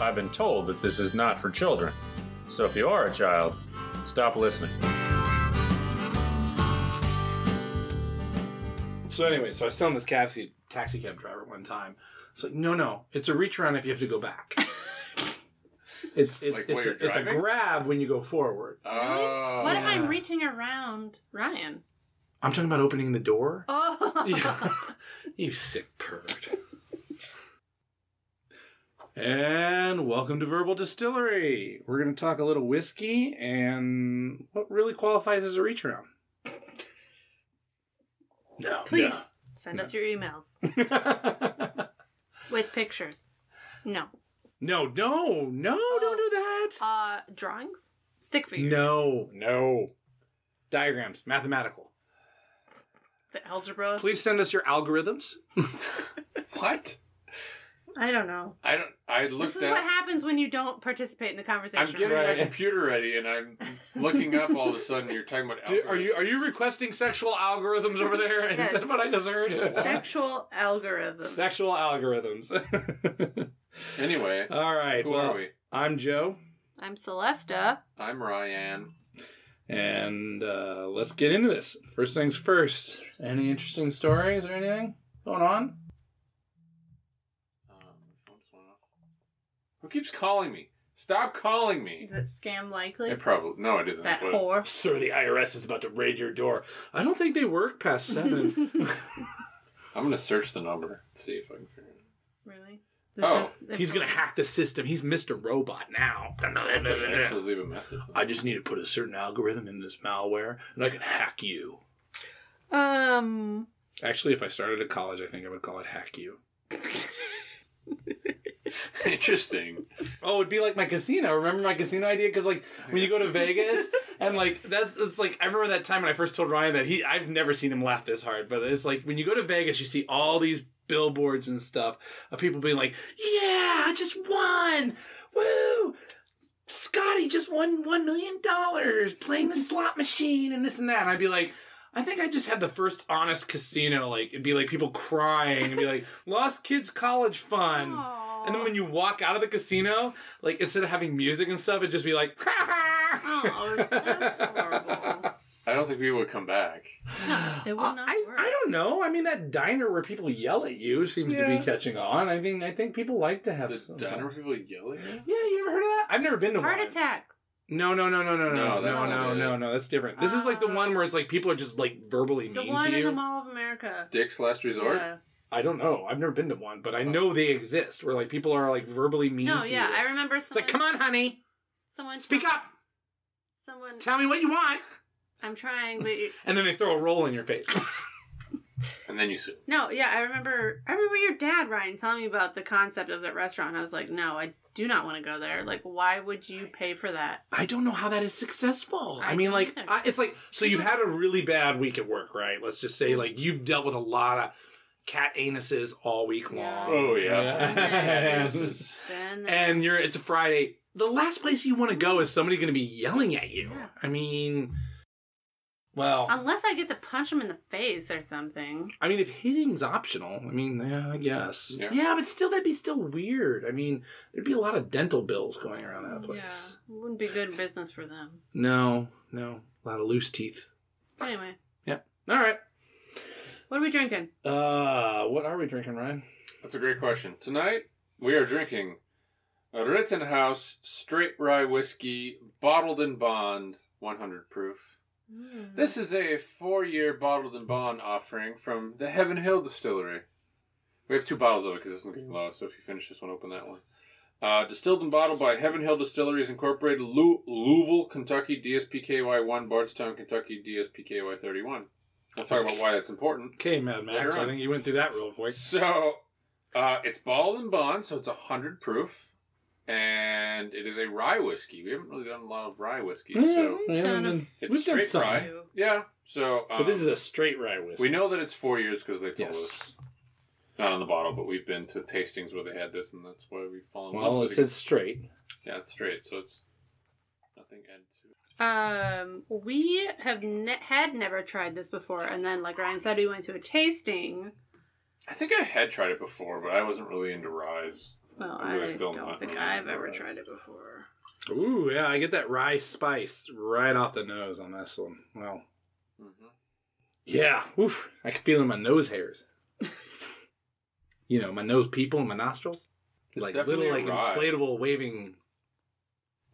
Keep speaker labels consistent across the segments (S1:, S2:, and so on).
S1: I've been told that this is not for children. So if you are a child, stop listening.
S2: So anyway, so I was telling this taxi taxi cab driver one time. It's like, no, no, it's a reach around if you have to go back. it's it's
S3: Like while
S2: it's,
S3: you're
S2: a, it's a
S3: driving?
S2: grab when you go forward.
S3: Oh.
S4: what if I'm
S2: yeah.
S4: reaching around Ryan?
S2: I'm talking about opening the door.
S4: Oh,
S2: you sick pervert. And welcome to Verbal Distillery. We're going to talk a little whiskey and what really qualifies as a reach around. No.
S4: please send us your emails with pictures. No,
S2: No, no, no, don't do that.
S4: uh, drawings, stick figures,
S2: No, no. Diagrams, mathematical.
S4: the algebra.
S2: Please send us your algorithms.
S3: What?
S4: I don't know.
S3: I don't. I looked
S4: This is
S3: at.
S4: what happens when you don't participate in the
S3: I'm
S4: conversation.
S3: getting
S2: Right.
S3: my computer ready, and I'm looking up. All of a sudden, you're talking about.
S2: Do- are you
S3: algorithms.
S2: are you requesting sexual algorithms over there
S4: Yes.
S2: instead of what I just heard?
S4: Sexual algorithm.
S2: Sexual algorithms.
S3: Anyway,
S2: All right.
S3: who
S2: well,
S3: are we?
S2: I'm Joe,
S4: I'm Celesta.
S3: I'm Ryan.
S2: and uh, let's get into this. First things first. Any interesting stories or anything going on?
S3: Um, phone just went off. Who keeps calling me? Stop calling me.
S4: Is it scam likely?
S3: It probably no, it isn't.
S4: that
S3: but-
S4: whore.
S2: Sir, the IRS is about to raid your door. I don't think they work past seven.
S3: I'm gonna search the number, see if I can figure it.
S4: Really?
S3: Oh,
S2: He's gonna hack the system. He's Mr. Robot now.
S3: out. I can actually leave a message.
S2: I just need to put a certain algorithm in this malware, and I can hack you.
S4: Um.
S2: Actually, if I started a college, I think I would call it Hack You.
S3: Interesting.
S2: Oh, it'd be like my casino. Remember my casino idea? Because like when you go to Vegas and like that's, that's like I remember that time when I first told Ryan that he I've never seen him laugh this hard. But it's like when you go to Vegas, you see all these billboards and stuff of people being like, "Yeah, I just won! Woo! Scotty just won one million dollars playing the slot machine and this and that." And I'd be like. I think I just had the first honest casino. Like it'd be like people crying and be like, "Lost kids' college fund." And then when you walk out of the casino, like instead of having music and stuff, it'd just be like,
S4: Oh, that's horrible.
S3: I don't think we would come back.
S4: No, it will not
S2: I,
S4: work.
S2: I don't know. I mean, that diner where people yell at you seems to
S3: Yeah.
S2: be catching on. I mean, I think people like to have
S3: The
S2: some-
S3: diner people yelling. at you?
S2: Yeah, you ever heard of that? I've never been to
S4: Heart
S2: one.
S4: attack.
S2: No, no, no, no, no, no,
S3: No, that's
S2: no,
S3: not
S2: no,
S3: it.
S2: no, no. That's different. This is like the
S4: Uh,
S2: one where it's like people are just like verbally
S4: The
S2: mean
S4: one
S2: to
S4: in
S2: you.
S4: the Mall of America.
S3: Dick's Last Resort.
S4: Yeah.
S2: I don't know. I've never been to one, but I know they exist where like people are like verbally mean
S4: No,
S2: to
S4: yeah,
S2: you.
S4: I remember
S2: it's
S4: someone.
S2: like, come on, honey,
S4: someone
S2: speak up,
S4: Someone.
S2: tell me what you want,
S4: I'm trying, but you
S2: and then they throw a roll in your face.
S3: And then you sue.
S4: no, yeah, I remember. I remember your dad, Ryan, telling me about the concept of that restaurant. I was like, no, I do not want to go there. Like, why would you pay for that?
S2: I don't know how that is successful. I,
S4: I
S2: mean,
S4: don't
S2: like,
S4: either.
S2: I, it's like, so you've had a really bad week at work, right? Let's just
S4: Mm-hmm.
S2: say, like, you've dealt with a lot of cat anuses all week long.
S4: Yeah.
S3: Oh, yeah.
S2: Yeah.
S3: This is-
S4: Then
S2: and you're, it's a Friday. The last place you want to go is somebody going to be yelling at you.
S4: Yeah. Um,
S2: I mean, well,
S4: unless I get to punch him in the face or something.
S2: I mean, if hitting's optional, I mean, yeah, I guess. Yeah.
S3: Yeah.
S2: but still, that'd be still weird. I mean, there'd be a lot of dental bills going around that place.
S4: Yeah, wouldn't be good business for them.
S2: No, no, a lot of loose teeth.
S4: Anyway,
S2: Yep. All right.
S4: what are we drinking?
S2: Uh, what are we drinking, Ryan?
S3: That's a great question. Tonight, we are drinking a Rittenhouse straight rye whiskey, bottled in bond, 100 proof. This is a four year bottled and bond offering from the Heaven Hill Distillery. We have two bottles of it because this one's getting low, so if you finish this one, open that one. Uh, distilled and bottled by Heaven Hill Distilleries Incorporated, Lou- Louisville, Kentucky, DSPKY 1, Bardstown, Kentucky, DSPKY 31. We'll talk about why that's important.
S2: Okay, Mad Max.
S3: Later on.
S2: I think you went through that real quick.
S3: So, uh, it's bottled and bond, so it's 100 proof, and it is a rye whiskey. We haven't really done a lot of rye whiskey, so
S2: Yeah,
S4: done a-
S2: we've
S3: Mm-hmm. it's
S2: done
S3: straight
S2: some.
S3: rye. Yeah, so. Um,
S2: But this is a straight rye whiskey.
S3: We know that it's four years because they told us.
S2: Yes.
S3: Not on the bottle, but we've been to tastings where they had this, and that's why we've fallen in
S2: Well,
S3: love
S2: it
S3: with it.
S2: says straight.
S3: Yeah, it's straight, so it's nothing added to it.
S4: Um, we have ne- had never tried this before, and then, like Ryan said, we went to a tasting.
S3: I think I had tried it before, but I wasn't really into ryes.
S4: Well,
S3: I'm
S4: I
S3: really still
S4: don't
S3: not
S4: think
S3: really
S4: I've ever
S3: impressed.
S4: tried it before.
S2: Ooh, yeah, I get that rye spice right off the nose on this one. Well,
S3: Mm-hmm.
S2: yeah, oof, I can feel it in my nose hairs. you know, my nose people and my nostrils.
S3: It's
S2: like
S3: definitely
S2: little, like
S3: rye.
S2: inflatable waving.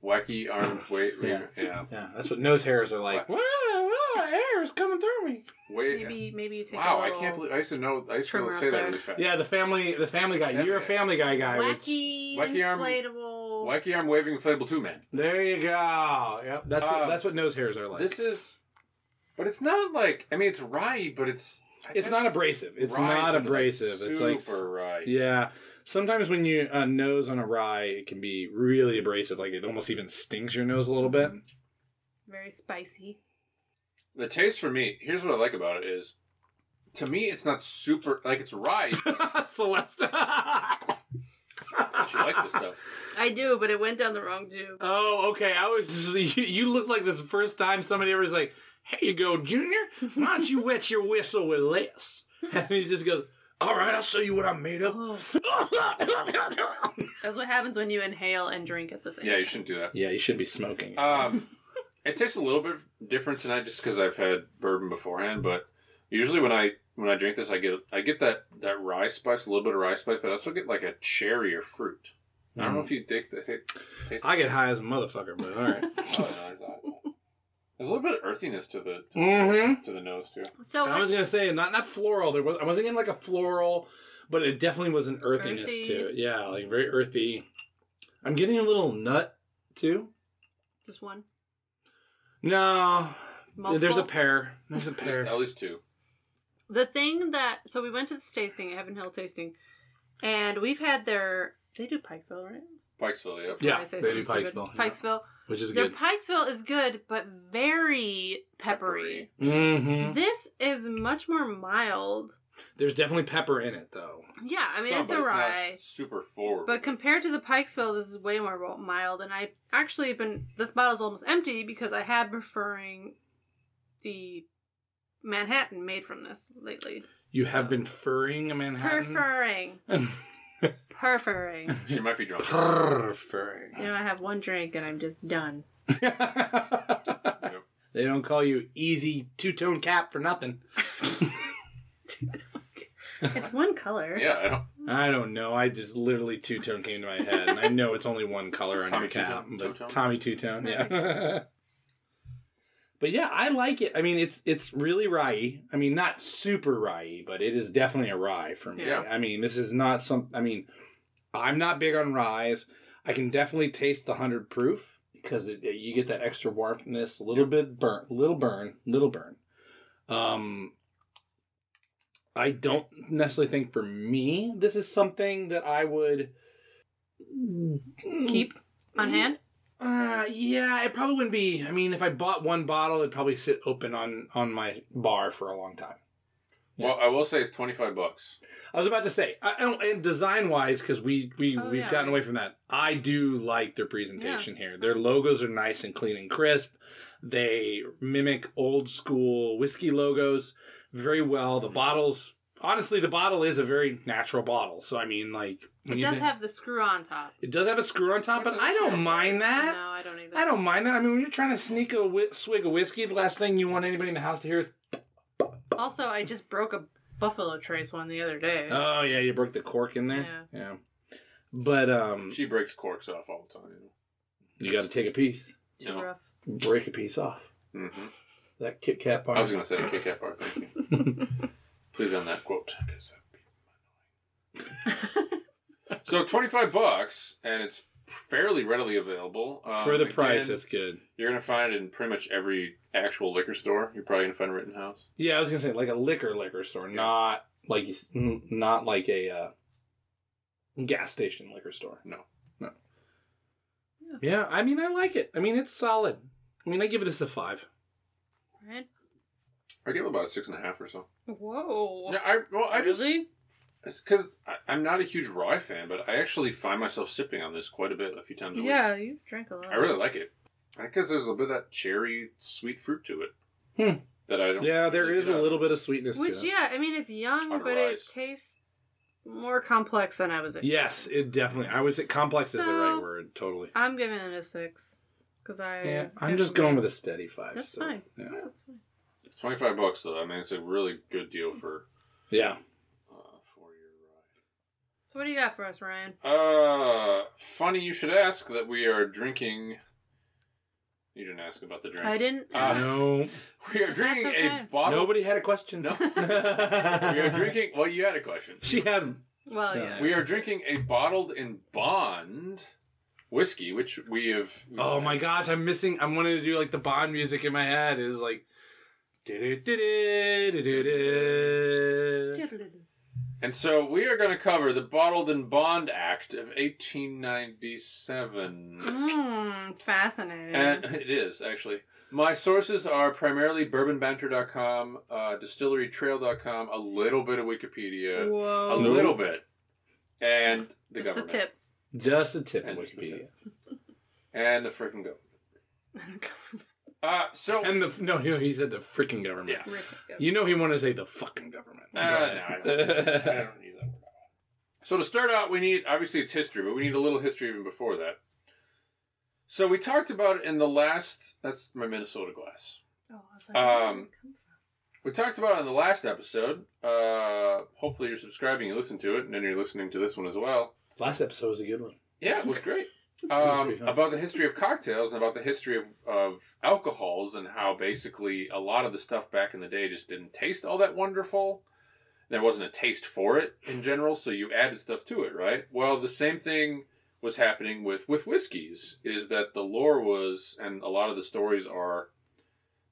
S3: Wacky arm weight. yeah. yeah.
S2: Yeah, that's what nose hairs are like. Whoa, whoa, hair is coming through me.
S3: Wait.
S4: Maybe maybe you take.
S3: Wow,
S4: a
S3: I
S4: little
S3: can't believe I used to know. I used to be able to
S4: trimmer
S3: say that
S4: up there.
S3: really fast.
S2: Yeah, the family, the Family Guy.
S3: Family
S2: You're a
S3: Guy.
S2: Family Guy guy. which-
S4: wacky,
S3: Wacky arm-
S4: inflatable.
S3: Wacky arm waving inflatable two man.
S2: there you go. Yep, that's what,
S3: Um,
S2: that's what nose hairs are like.
S3: This is, but it's not like I mean it's rye, but it's I
S2: it's
S3: think
S2: not abrasive. It's
S3: rye
S2: not
S3: is like
S2: abrasive.
S3: super
S2: it's like
S3: rye.
S2: Yeah. Sometimes when you uh, nose on a rye, it can be really abrasive. Like it almost even stings your nose a little bit.
S4: Very spicy.
S3: The taste for me, here's what I like about it is, to me it's not super like it's rye.
S2: Celeste.
S3: but Mm. you like this stuff.
S4: I do, but it went down the wrong tube.
S2: Oh, okay. I was. Just, you, you look like this the first time somebody ever was like, "Here you go, Junior. Why don't you wet your whistle with less?" And he just goes, "All right, I'll show you what I'm made of."
S4: Oh, that's what happens when you inhale and drink at the same.
S3: Yeah, you
S4: time.
S3: shouldn't do that.
S2: yeah, you should be smoking.
S3: Um, it tastes a little bit different tonight just because I've had bourbon beforehand, but usually when I when I drink this, I get I get that that rye spice, a little bit of rye spice, but I also get like a cherry or fruit. I don't know if you take the taste.
S2: Mm. I get high as a motherfucker, but all right.
S3: oh, no, it's not. There's a little bit of earthiness to the to,
S2: Mhm.
S3: to the nose too.
S4: So
S2: I was
S4: what's-
S2: gonna say not not floral. There was I wasn't getting like a floral, but it definitely was an earthiness
S4: Earthy.
S2: to it. Yeah, like very earthy. I'm getting a little nut too.
S4: just one.
S2: No, there's a
S4: Multiple?
S2: pear. There's a
S3: Just
S2: pear.
S3: at least two.
S4: The thing that so we went to this tasting, Heaven Hill tasting, and we've had their they do Pikeville, right?
S3: Pikesville, yep.
S2: yeah,
S4: I say
S2: they do
S4: something stupid.
S2: Pikesville,
S4: Pikesville.
S2: yeah, which is
S4: Their
S2: good.
S4: Pikesville is good, but very peppery.
S2: hmm
S4: This is much more mild.
S2: There's definitely pepper in it though.
S4: Yeah, I mean
S3: Some,
S4: it's
S3: but
S4: a
S3: not
S4: rye.
S3: super forward.
S4: But compared to the Pikesville, this is way more wa- mild. And I actually been this bottle's almost empty because I have been preferring the Manhattan made from this lately.
S2: You have been furring a Manhattan.
S4: Preferring, preferring.
S3: she might be drunk.
S4: you
S2: Preferring.
S4: know, I have one drink and I'm just done.
S3: Yep.
S2: they don't call you easy two tone cap for nothing.
S4: It's one color.
S3: Yeah, I don't.
S2: I don't know. I just literally two tone came to my head, and I know it's only one color on
S3: Tommy
S2: your cap,
S3: Two-Tone?
S2: but
S3: Two-Tone?
S2: Tommy two tone, yeah. but yeah, I like it. I mean, it's it's really rye. I mean, not super rye, but it is definitely a rye for me.
S3: Yeah.
S2: I mean, this is not some. I mean, I'm not big on rye. I can definitely taste the hundred proof because it, it- you get that extra warmthness, a little bit burn, little burn, little burn. Um, I don't necessarily think for me this is something that I would
S4: Mm. Keep on
S2: Mm-hmm.
S4: hand.
S2: Uh, yeah, it probably wouldn't be. I mean, if I bought one bottle, it'd probably sit open on on my bar for a long time. Yeah.
S3: Well, I will say it's twenty five bucks.
S2: I was about to say, I, I don't- and design wise, because we we
S4: Oh,
S2: we've
S4: yeah.
S2: gotten away from that. I do like their presentation here. Their logos are nice and clean and crisp. They mimic old school whiskey logos very well. The bottles, honestly, the bottle is a very natural bottle. So I mean, like when
S4: It
S2: you
S4: does
S2: think-
S4: have the screw on top.
S2: it does have a screw on top,
S3: Which
S2: but
S3: is
S2: I don't
S3: fair.
S2: mind that.
S4: No, I don't either.
S2: I don't mind that. I mean, when you're trying to sneak a whi swig of whiskey, the last thing you want anybody in the house to hear is,
S4: Also, I just broke a Buffalo Trace one the other day.
S2: "Oh yeah, you broke the cork in there." Yeah. But um,
S3: She breaks corks off all the time.
S2: you got to take a piece,
S4: Too
S3: no.
S4: rough.
S2: break a piece off.
S3: You know?
S2: Mm-hmm.
S3: hmm
S2: That Kit Kat bar.
S3: I was going to say the Kit Kat bar. Thank you. Please end that quote. 'cause that'd be annoying. so twenty five bucks, and it's fairly readily available Um,
S2: for the
S3: again,
S2: price. That's good.
S3: You're gonna find it in pretty much every actual liquor store. You're probably gonna find Rittenhouse.
S2: Yeah, I was gonna say like a liquor liquor store, not like you s- n- not like a uh, gas station liquor store.
S3: No.
S2: no. Yeah, I mean, I like it. I mean, it's solid. I mean, I give this a five.
S4: Right?
S3: I give it about six and a half or so.
S4: Whoa.
S3: Yeah, I well, I just
S4: really?
S3: because I'm not a huge rye fan, but I actually find myself sipping on this quite a bit, a few times a week.
S4: Yeah, you drank a lot.
S3: I really like it. I guess there's a little bit of that cherry sweet fruit to it.
S2: Hmm.
S3: That I don't.
S2: Yeah, there
S3: usually
S2: is
S3: get
S2: a
S3: out
S2: little bit of sweetness
S4: Which
S2: to it.
S4: yeah, I mean it's young,
S3: Powder
S4: but it
S3: rice.
S4: tastes more complex than I was. expecting.
S2: Yes, it definitely. I would say complex is the right
S4: So-
S2: word. Totally.
S4: I'm giving it a six because I.
S2: Yeah, I'm just going with a steady five.
S4: That's
S2: still.
S4: fine.
S2: Yeah.
S4: That's fine.
S3: Twenty five bucks though. I mean, it's a really good deal for
S2: Yeah.
S3: uh, four year
S4: So what do you got for us, Ryan?
S3: ride. Uh, funny you should ask that we are drinking. You didn't ask about the drink.
S4: I didn't.
S3: Uh,
S4: ask.
S2: No.
S3: We are
S4: That's
S3: drinking
S4: okay.
S3: a bottle.
S2: Nobody had a question.
S3: No. we are
S2: You're
S3: drinking. Well, you had a question.
S2: She had.
S4: well,
S2: no.
S4: yeah.
S3: We are drinking a bottled in bond whiskey, which we have.
S2: Oh my gosh, I'm missing. I'm wanting to do like the Bond music in my head is like.
S4: Diddle-diddle.
S3: And so we are going to cover the Bottled and Bond Act of 1897.
S4: Mm, fascinating.
S3: and it is, actually. My sources are primarily bourbonbanter.com, uh, distillerytrail.com, a little bit of Wikipedia,
S4: Whoa.
S3: a little bit, and the
S4: Just a
S3: government.
S4: tip.
S2: Just a tip of
S3: And just a
S2: Wikipedia.
S3: tip. And the freaking government. Uh, so.
S2: And the no, no, he said the freaking government.
S3: Yeah.
S2: You know he wanted to say the fucking government.
S3: Uh, no, I don't, I don't need that word. So to start out, we need obviously it's history, but we need a little history even before that. So we talked about it in the last. That's my Minnesota glass.
S4: Oh, I was like, where
S3: Um,
S4: did it come from?
S3: We talked about it in the last episode. Uh, hopefully you're subscribing, you listen to it, and then you're listening to this one as well.
S2: Last episode was a good one.
S3: Yeah, it was great.
S2: was pretty
S3: Um,
S2: fun.
S3: about the history of cocktails and about the history of, of alcohols and how basically a lot of the stuff back in the day just didn't taste all that wonderful. There wasn't a taste for it in general, so you added stuff to it, right? Well, the same thing was happening with with whiskeys. Is that the lore was, and a lot of the stories are,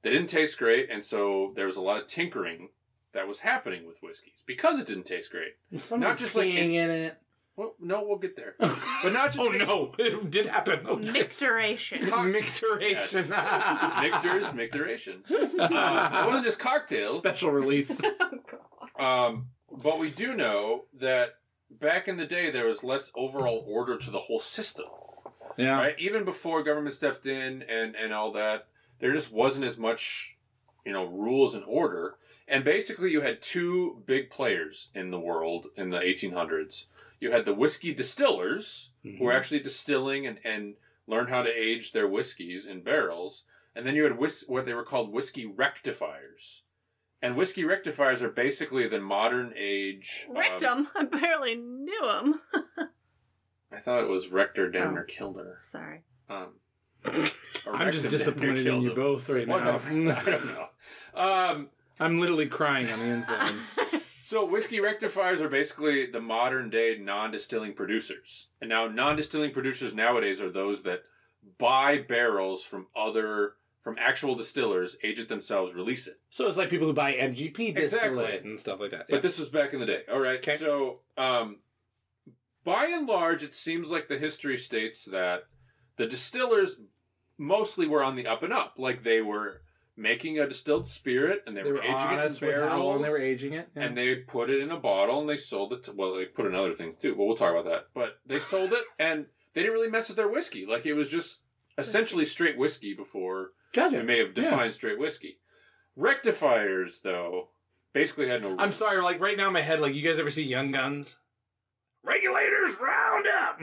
S3: they didn't taste great, and so there was a lot of tinkering that was happening with whiskeys because it didn't taste great.
S2: Not just like
S3: peeing
S2: in it.
S3: Well, no, we'll get there.
S2: But
S3: not just-
S2: Oh no, it did happen. Okay.
S4: Micturation.
S2: Micturation.
S3: Mictors, micturation. Uh, it wasn't just cocktails.
S2: Special release.
S3: Oh, Um, but we do know that back in the day, there was less overall order to the whole system.
S2: yeah.
S3: Right? Even before government stepped in and, and all that, there just wasn't as much, you know, rules and order. And basically, you had two big players in the world in the 1800s. You had the whiskey distillers, who
S2: Mm-hmm.
S3: were actually distilling and, and learn how to age their whiskeys in barrels. And then you had whis- what they were called whiskey rectifiers. And whiskey rectifiers are basically the modern age. um,
S4: Rectum. I barely knew him.
S3: I thought it was Rector damn near killed her.
S4: Sorry.
S3: Um, or
S2: Oh. I'm
S3: Rectum damn
S2: just
S3: near
S2: disappointed in
S3: killed
S2: you
S3: him.
S2: both right now.
S3: Whatever. I don't know. Um,
S2: I'm literally crying on the inside.
S3: So whiskey rectifiers are basically the modern day non-distilling producers. And now non-distilling producers nowadays are those that buy barrels from other from actual distillers, age it themselves, release it.
S2: so it's like people who buy MGP distillate
S3: Exactly.
S2: and stuff like that.
S3: But this was back in the day. All right.
S2: Okay.
S3: So, um, by and large, it seems like the history states that the distillers mostly were on the up and up. Like they were making a distilled spirit and they, were, aging it in
S2: with
S3: barrels.
S2: how long they were aging it. yeah.
S3: and they put it in a bottle and they sold it to well they put in other things too but we'll talk about that but they sold it and they didn't really mess with their whiskey like it was just essentially straight whiskey before
S2: Gotcha.
S3: they may have defined straight whiskey rectifiers though basically had no
S2: I'm sorry, like right now in my head, like you guys ever see Young Guns? Regulators round up.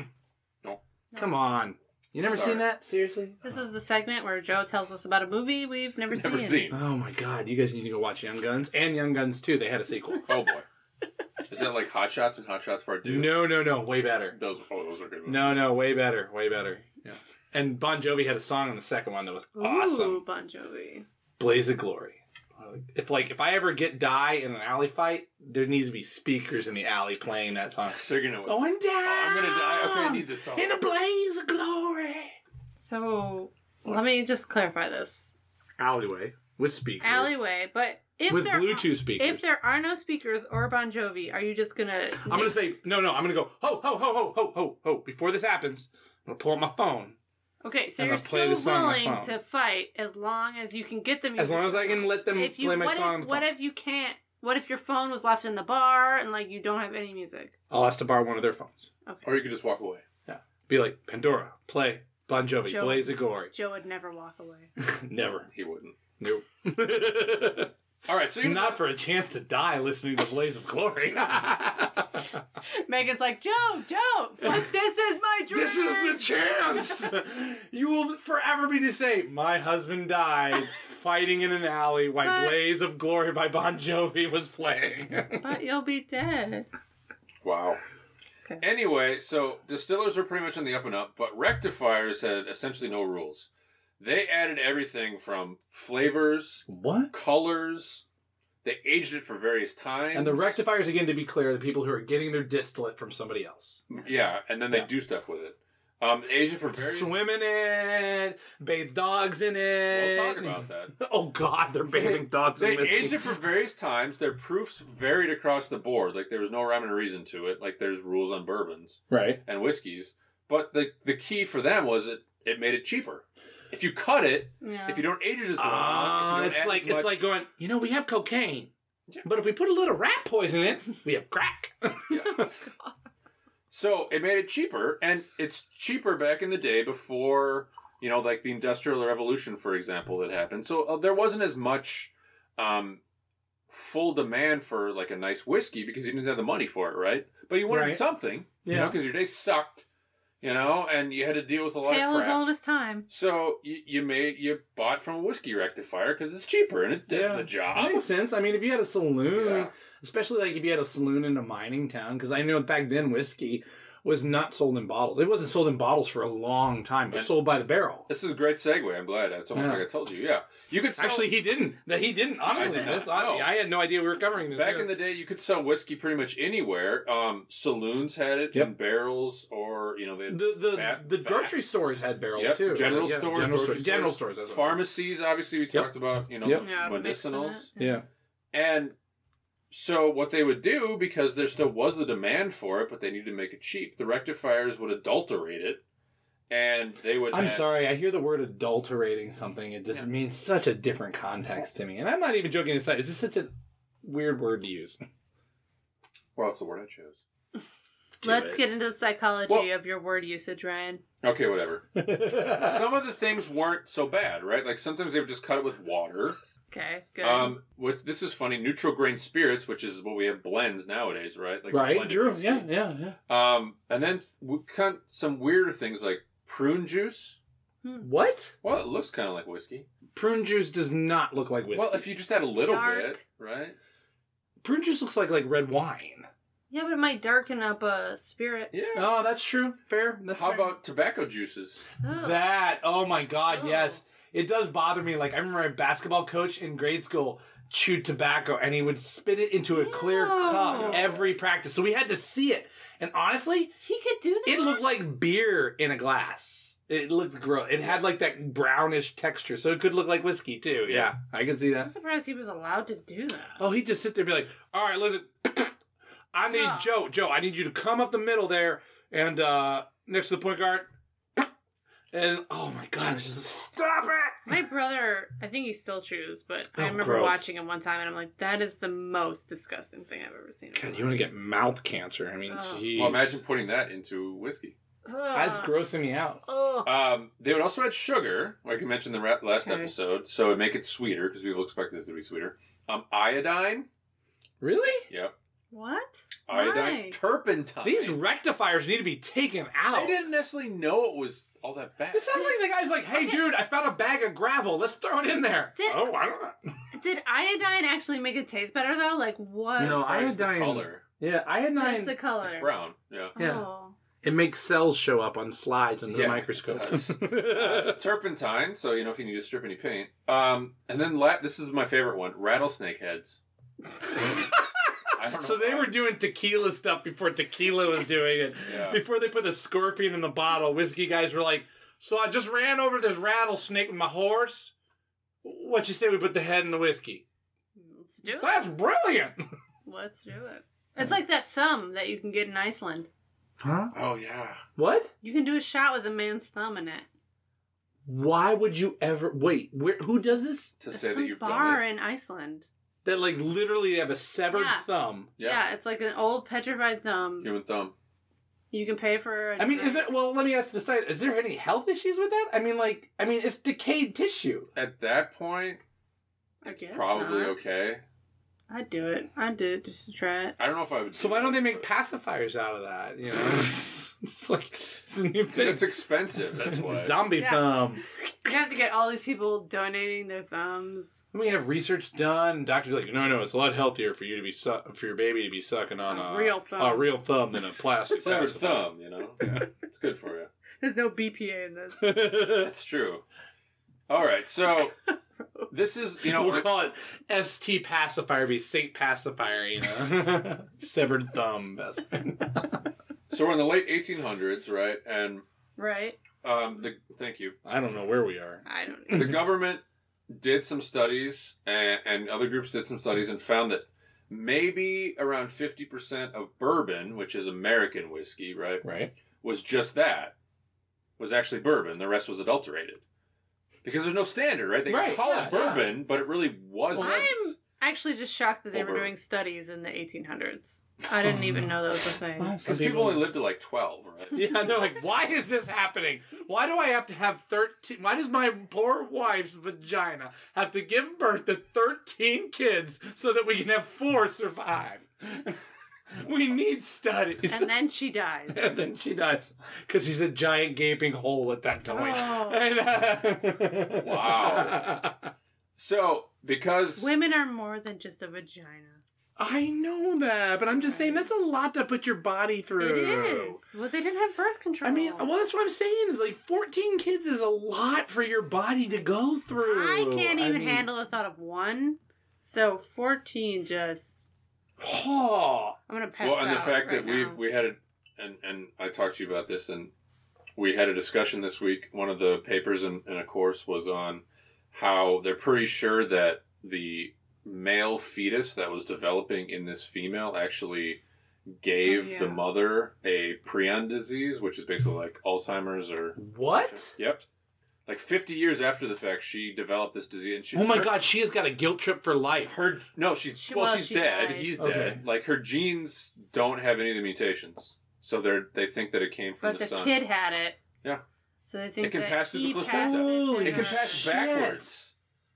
S3: No.
S2: Come on. You never
S3: Sorry.
S2: seen that? Seriously?
S4: This is the segment where Joe tells us about a movie we've never,
S3: never
S4: seen.
S3: seen
S2: Oh my god, you guys need to go watch Young Guns and Young Guns 2. They had a sequel.
S3: oh boy is that like hot shots and hot shots part two
S2: no, no, no, way better.
S3: those oh those are good ones.
S2: No, no, way better, way better. Yeah. And Bon Jovi had a song on the second one that was awesome.
S4: Ooh, Bon Jovi.
S2: Blaze of Glory. If like if I ever get die in an alley fight, there needs to be speakers in the alley playing that song.
S3: so you're gonna
S2: Going down.
S3: Oh, i'm gonna die okay i need this song
S2: in a blaze of glory.
S4: So let me just clarify this.
S2: alleyway with speakers.
S4: Alleyway, but if
S2: with
S4: there
S2: Bluetooth speakers.
S4: if there are no speakers or Bon Jovi, are you just gonna?
S2: I'm gonna say no, no. I'm gonna go ho ho ho ho ho ho ho before this happens. I'm gonna pull out my phone
S4: Okay, so
S2: I'm
S4: you're
S2: gonna play
S4: still
S2: this on my
S4: willing
S2: phone.
S4: to fight as long as you can get the music.
S2: as long as I can let them
S4: If you
S2: play my
S4: what
S2: song. on
S4: if
S2: the
S4: what
S2: phone.
S4: if you can't? What if your phone was left in the bar and like you don't have any music?
S2: I'll ask to borrow one of their phones.
S3: or you could just walk away
S2: Be like Pandora, play Bon Jovi,
S4: Joe.
S2: Blaze of Glory.
S4: Joe would never walk away.
S2: Never,
S3: he wouldn't
S2: nope.
S3: All right, so you're
S2: Not for a chance to die listening to Blaze of Glory.
S4: Megan's like, Joe, don't. But this is my dream.
S2: this is the chance! you will forever be to say, My husband died fighting in an alley while
S4: But-
S2: Blaze of Glory by Bon Jovi was playing.
S4: But you'll be dead.
S3: Wow.
S4: Okay.
S3: Anyway, so distillers were pretty much on the up and up, but rectifiers had essentially no rules. They added everything from flavors,
S1: What?
S3: colors. They aged it for various times.
S2: and the rectifiers, again, to be clear, are the people who are getting their distillate from somebody else.
S3: Yeah, and then they
S2: Yeah.
S3: do stuff with it. Um, they aged it for various.
S2: Swim in it, bathe dogs in
S3: We'll
S2: it.
S3: talk about that.
S2: Oh God, they're bathing dogs
S3: They
S2: in whiskey.
S3: aged it for various times. Their proofs varied across the board. Like there was no rhyme and reason to it. Like there's rules on bourbons
S1: Right.
S3: and whiskeys. But the the key for them was it it made it cheaper. If you cut it,
S4: Yeah.
S3: if you don't age it as long,
S2: Ah,
S3: if you don't
S2: it's
S3: add
S2: like
S3: as
S2: it's
S3: much-
S2: like going. You know, we have cocaine, but if we put a little rat poison in, we have crack.
S3: so it made it cheaper, and it's cheaper back in the day before you know, like the Industrial Revolution, for example, that happened. So uh, there wasn't as much um, full demand for like a nice whiskey because you didn't have the money for it, right? But you wanted
S2: Right.
S3: something, you know, because your day sucked, you know, and you had to deal with a lot
S4: Tale
S3: of
S4: as
S3: crap.
S4: old as time.
S3: so you, you made you bought from a whiskey rectifier because it's cheaper and it does
S2: Yeah.
S3: the
S2: That
S3: job.
S2: makes sense. I mean, if you had a saloon,
S3: Yeah.
S2: especially like if you had a saloon in a mining town, because I know back then whiskey was not sold in bottles. It wasn't sold in bottles for a long time. It was
S3: And-
S2: sold by the barrel.
S3: This is a great segue. I'm glad. It's almost
S2: Yeah.
S3: like I told you. Yeah, you could sell-
S2: Actually, he didn't. That he didn't. Oh. Honestly,
S3: I did not
S2: that's odd.
S3: know.
S2: I had no idea we were covering this.
S3: Back
S2: here.
S3: in the day, you could sell whiskey pretty much anywhere. Um, saloons had it
S2: Yep.
S3: in barrels, or you know, they had
S2: the the,
S3: Fat-
S2: the
S3: fat.
S2: grocery stores had barrels
S3: Yep.
S2: too.
S3: General
S2: Yeah,
S3: stores,
S2: general
S3: grocery
S2: stores, general stores. That's what it was.
S3: pharmacies. Obviously, we talked about you know
S2: Yep.
S4: Yeah, mixing it.
S3: medicinals,
S2: Yeah.
S3: and so what they would do because there still was the demand for it, but they needed to make it cheap. The rectifiers would adulterate it, and they would.
S2: I'm
S3: add-
S2: sorry. I hear the word adulterating something. It just
S3: Yeah.
S2: means such a different context to me, and I'm not even joking aside. It's just such a weird word to use.
S3: Well, that's the word I chose.
S4: Let's get into the psychology
S3: Well-
S4: of your word usage, Ryan.
S3: Okay, whatever.
S2: yeah.
S3: Some of the things weren't so bad, right? Like sometimes they would just cut it with water.
S4: Okay, good.
S3: Um, with this is funny. Neutral grain spirits, which is what we have blends nowadays, right? Like
S2: right,
S3: blended
S2: Drew.
S3: whiskey.
S2: Yeah, yeah, yeah.
S3: Um, and then we cut some weirder things like prune juice.
S2: What?
S3: Well, it looks kind of like whiskey.
S2: Prune juice does not look like whiskey.
S3: Well, if you just add a
S4: It's
S3: little
S4: dark.
S3: bit, right?
S2: prune juice looks like like red wine.
S4: yeah, but it might darken up a spirit.
S3: Yeah.
S2: Oh, that's true. Fair. That's
S3: How
S2: fair.
S3: about tobacco juices?
S4: Ugh.
S2: That, oh my god,
S4: Oh.
S2: yes. It does bother me. Like, I remember my basketball coach in grade school chewed tobacco and he would spit it into a clear
S4: Ew.
S2: cup every practice. So we had to see it. And honestly,
S4: he could do that.
S2: it looked like beer in a glass. It looked gross. It had like that brownish texture. So it could look like whiskey too. Yeah, I could see
S4: I'm
S2: that.
S4: surprised he was allowed to do that.
S2: Oh, he'd just sit there and be like, all right, listen, I need
S4: Yeah.
S2: Joe. Joe, I need you to come up the middle there and uh next to the point guard. And oh my god, it's just stop it!
S4: My brother, I think he still chews, but
S2: Oh,
S4: I remember
S2: gross.
S4: watching him one time, and I'm like, that is the most disgusting thing I've ever seen. in my
S2: God, you want to get mouth cancer? I mean,
S4: Oh.
S2: geez.
S3: Well, imagine putting that into whiskey.
S4: life.
S2: that's
S4: Ugh.
S2: grossing me out.
S4: Ugh.
S3: Um, they would also add sugar, like I mentioned in the ra- last
S4: Okay.
S3: episode, so it'd make it sweeter because people expected it to be sweeter. Um, iodine.
S2: Really?
S3: Yep.
S4: What?
S3: Iodine.
S4: Why?
S3: Turpentine.
S2: These rectifiers need to be taken out.
S3: I didn't necessarily know it was all that bad.
S2: It sounds like the guy's like, "Hey, dude, I found a bag of gravel. Let's throw it in there."
S4: Did-
S2: oh, why not?
S4: Did iodine actually make it taste better though? Like what?
S2: No,
S3: Why is the
S2: iodine-
S3: color.
S2: Yeah,
S4: just the color.
S3: It's brown. Yeah.
S2: Yeah.
S4: Oh.
S2: It makes cells show up on slides under
S3: Yeah,
S2: the microscope.
S3: it does. Uh, turpentine, so you know if you need to strip any paint. Um, and then la- this is my favorite one: rattlesnake heads. I don't know
S2: so they
S3: why.
S2: were doing tequila stuff before tequila was doing it.
S3: Yeah.
S2: Before they put the scorpion in the bottle, whiskey guys were like, "So I just ran over this rattlesnake with my horse. What you say we put the head in the whiskey?"
S4: Let's do it.
S2: That's brilliant.
S4: Let's do it. It's like that thumb that you can get in Iceland.
S2: Huh?
S3: Oh yeah.
S2: What?
S4: You can do a shot with a man's thumb in it.
S2: Why would you ever wait? Where? Who does this?
S3: To
S4: It's
S3: say that
S4: some
S3: you've
S4: bar
S3: done it.
S4: in Iceland.
S2: That like literally have a severed
S4: Yeah.
S2: thumb.
S4: Yeah.
S3: Yeah.
S4: it's like an old petrified thumb.
S3: Human thumb.
S4: You can pay for. a
S2: I mean, is
S4: drink.
S2: that well? Let me ask the side. Is there any health issues with that? I mean, like, I mean, it's decayed tissue.
S3: At that point,
S4: I guess
S3: probably
S4: not.
S3: okay.
S4: I'd do it. I'd do it just to try it.
S3: I don't know if I would.
S2: So
S3: do
S2: why don't
S3: that,
S2: they make
S3: but-
S2: pacifiers out of that? You know, it's like it's a new thing.
S3: It's expensive. That's why.
S2: Zombie
S4: Yeah.
S2: thumb.
S4: You have to get all these people donating their thumbs.
S2: Let me have research done. Doctor's like, no, no, it's a lot healthier for you to be su- for your baby to be sucking on
S4: A
S2: a,
S4: real thumb.
S2: a real thumb than a plastic
S3: It's like your
S2: pacifier.
S3: thumb, you know. It's good for you.
S4: There's no BPA in this.
S3: That's true. All right, so this is you know
S2: we'll call it ST pacifier, be Saint pacifier. You know, severed thumb.
S3: so we're in the late 1800s, right? And
S4: right?
S3: um, the thank you.
S2: I don't know where we are.
S4: I don't know.
S3: The government did some studies, and, and other groups did some studies, and found that maybe around 50% of bourbon, which is American whiskey, right,
S2: Right.
S3: was just that was actually bourbon. The rest was adulterated because there's no standard, right? They
S2: Right,
S3: call
S2: yeah,
S3: it bourbon, but it really wasn't.
S4: I'm actually just shocked that they were
S3: Over. Oh,
S4: doing studies in the 1800s. I didn't even know that was a thing.
S3: Because people only lived to like 12, right?
S2: Yeah, they're like, why is this happening? Why do I have to have 13? Why does my poor wife's vagina have to give birth to 13 kids so that we can have four survive? we need studies.
S4: And then she dies.
S2: And then she dies because she's a giant gaping hole at that point.
S4: Oh.
S2: And, uh,
S3: Wow. So, because
S4: Women are more than just a vagina.
S2: I know that, but I'm just saying that's a lot to put your body through.
S4: It is. Well, they didn't have birth control.
S2: I mean, well, that's what I'm saying. Is like 14 kids is a lot for your body to go through.
S4: I can't even
S2: mean,
S4: handle the thought of one. So 14 just.
S2: Oh,
S4: I'm going to pass
S3: well, and the
S4: out
S3: fact that
S4: right
S3: we
S4: now.
S3: we had a and and I talked to you about this, and we had a discussion this week. One of the papers in, in a course was on how they're pretty sure that the male fetus that was developing in this female actually gave
S4: Oh, yeah.
S3: the mother a prion disease, which is basically like Alzheimer's or
S2: what?
S3: yep. Like fifty years after the fact, she developed this disease, and she
S2: Oh my
S3: her-
S2: God, she has got a guilt trip for life.
S3: her no, she's
S4: She-
S3: well,
S4: well,
S3: she's
S4: she
S3: dead.
S4: died.
S3: He's
S2: Okay.
S3: dead. Like her genes don't have any of the mutations, so they're they think that it came from
S4: But
S3: the,
S4: the,
S3: sun.
S4: kid had it.
S3: Yeah.
S4: So they think
S3: It can
S4: that
S3: pass through the
S4: he
S3: placenta.
S4: passed it. to
S2: Holy
S3: it can
S4: her.
S3: pass
S2: Shit.
S3: backwards,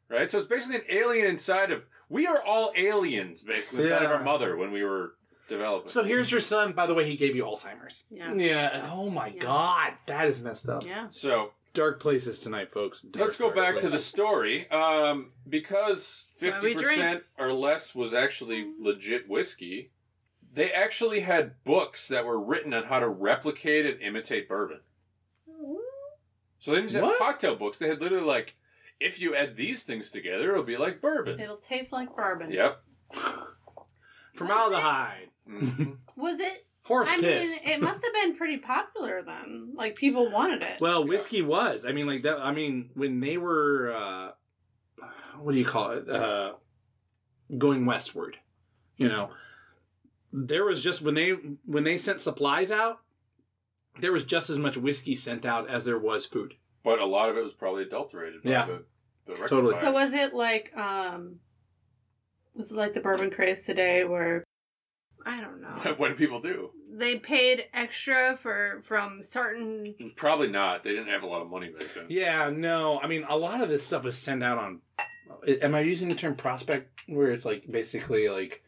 S3: right? So it's basically an alien inside of. We are all aliens, basically inside of
S2: Yeah.
S3: our mother when we were developing.
S2: So here's your son. By the way, he gave you Alzheimer's.
S4: Yeah.
S2: Yeah. Oh my
S4: Yeah.
S2: God, that is messed up.
S4: Yeah.
S3: So
S2: Dark places tonight, folks. Dark,
S3: let's go
S2: dark
S3: back to the
S2: places.
S3: story. Um, because
S4: That's why we
S3: fifty percent or less was actually legit whiskey, they actually had books that were written on how to replicate and imitate bourbon. So they didn't just have
S2: What?
S3: cocktail books. They had literally like, if you add these things together, it'll be like bourbon.
S4: It'll taste like bourbon.
S3: Yep.
S2: formaldehyde,
S3: Mhm.
S4: Was it?
S2: horse
S4: I
S2: piss.
S4: mean, it must have been pretty popular then. Like people wanted it.
S2: Well, whiskey was. I mean, like that. I mean, when they were, uh, what do you call it? Uh, going westward, you know, there was just when they when they sent supplies out, there was just as much whiskey sent out as there was food.
S3: but a lot of it was probably adulterated. By
S2: Yeah.
S3: The, the
S2: Totally.
S3: rectifiers.
S4: so was it like um was it like the bourbon craze today where I don't know.
S3: What- what do people do?
S4: they paid extra for from certain
S3: Probably not. They didn't have a lot of money back then.
S2: Yeah, no, I mean, a lot of this stuff was sent out on. Am I using the term prospect, where it's like basically like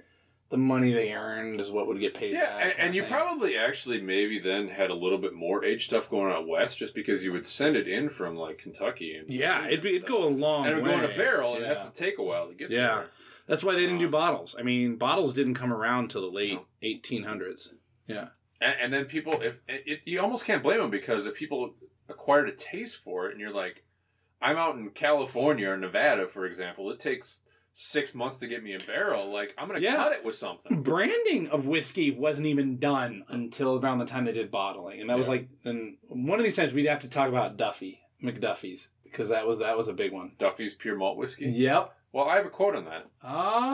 S2: the money they earned is what would get paid?
S3: Yeah,
S2: back
S3: and,
S2: kind of
S3: and you
S2: thing.
S3: probably actually maybe then had a little bit more age stuff going on west, just because you would send it in from like Kentucky and
S2: Yeah, it'd be it'd go a long
S3: and it would
S2: way.
S3: go in a barrel and
S2: yeah.
S3: it'd have to take a while to get
S2: Yeah.
S3: there.
S2: That's why they didn't do
S3: Um,
S2: bottles. I mean, bottles didn't come around till the late
S3: No.
S2: 1800s.
S3: And, and then people, if it, it, you almost can't blame them because if people acquired a taste for it, and you're like, I'm out in California or Nevada, for example, it takes six months to get me a barrel. Like I'm gonna
S2: Yeah.
S3: cut it with something.
S2: Branding of whiskey wasn't even done until around the time they did bottling, and that was
S3: Yeah.
S2: like, and one of these times we'd have to talk about Duffy McDuffie's because that was that was a big one.
S3: Duffy's pure malt whiskey.
S2: Yep.
S3: Well, I have a quote on that.
S2: Ah,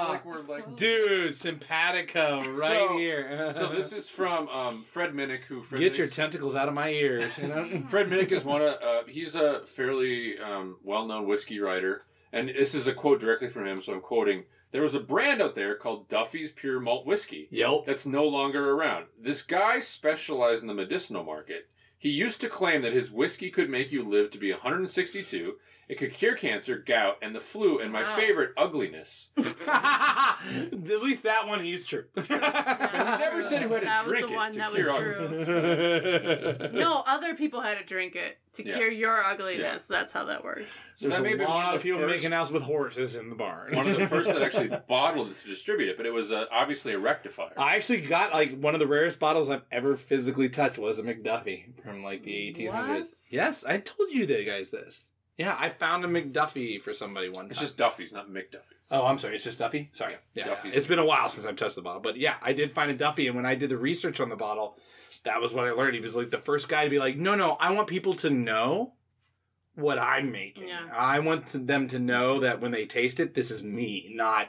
S3: It's like we're like.
S2: dude, simpatico right
S3: So-
S2: here.
S3: So this is from um, Fred Minnick, who Fred
S2: get your
S3: Minnick's-
S2: tentacles out of my ears. You know?
S3: Fred Minnick is one of uh, he's a fairly um, well-known whiskey writer, and this is a quote directly from him. So I'm quoting: "There was a brand out there called Duffy's Pure Malt Whiskey."
S2: Yep.
S3: that's no longer around. This guy specialized in the medicinal market. He used to claim that his whiskey could make you live to be 162. It could cure cancer, gout, and the flu, and my
S4: Wow.
S3: favorite, ugliness.
S2: At least that one he's true.
S3: But he never said who had to
S4: That was
S3: drink
S4: the
S3: it
S4: one
S3: to
S4: that was
S3: cure
S4: true.
S3: ugliness.
S4: No, other people had to drink it to
S3: Yeah.
S4: cure your ugliness. That's how that works.
S3: So that may have been one of the first-
S2: out with horses in the barn.
S3: one of the first that actually bottled it to distribute it, but it was uh, obviously a rectifier.
S2: I actually got like one of the rarest bottles I've ever physically touched was a McDuffie from like the 1800s.
S4: What?
S2: Yes, I told you the guys this. Yeah, I found a McDuffie for somebody one time.
S3: It's just Duffy's, not McDuffy's.
S2: Oh, I'm sorry. It's just Duffy. Sorry.
S3: Yeah,
S2: Yeah,
S3: Duffy's.
S2: it's been a while since I've touched the bottle, but yeah, I did find a Duffy, and when I did the research on the bottle, that was what I learned. He was like the first guy to be like, "No, no, I want people to know what I'm making.
S4: Yeah.
S2: I want to- them to know that when they taste it, this is me, not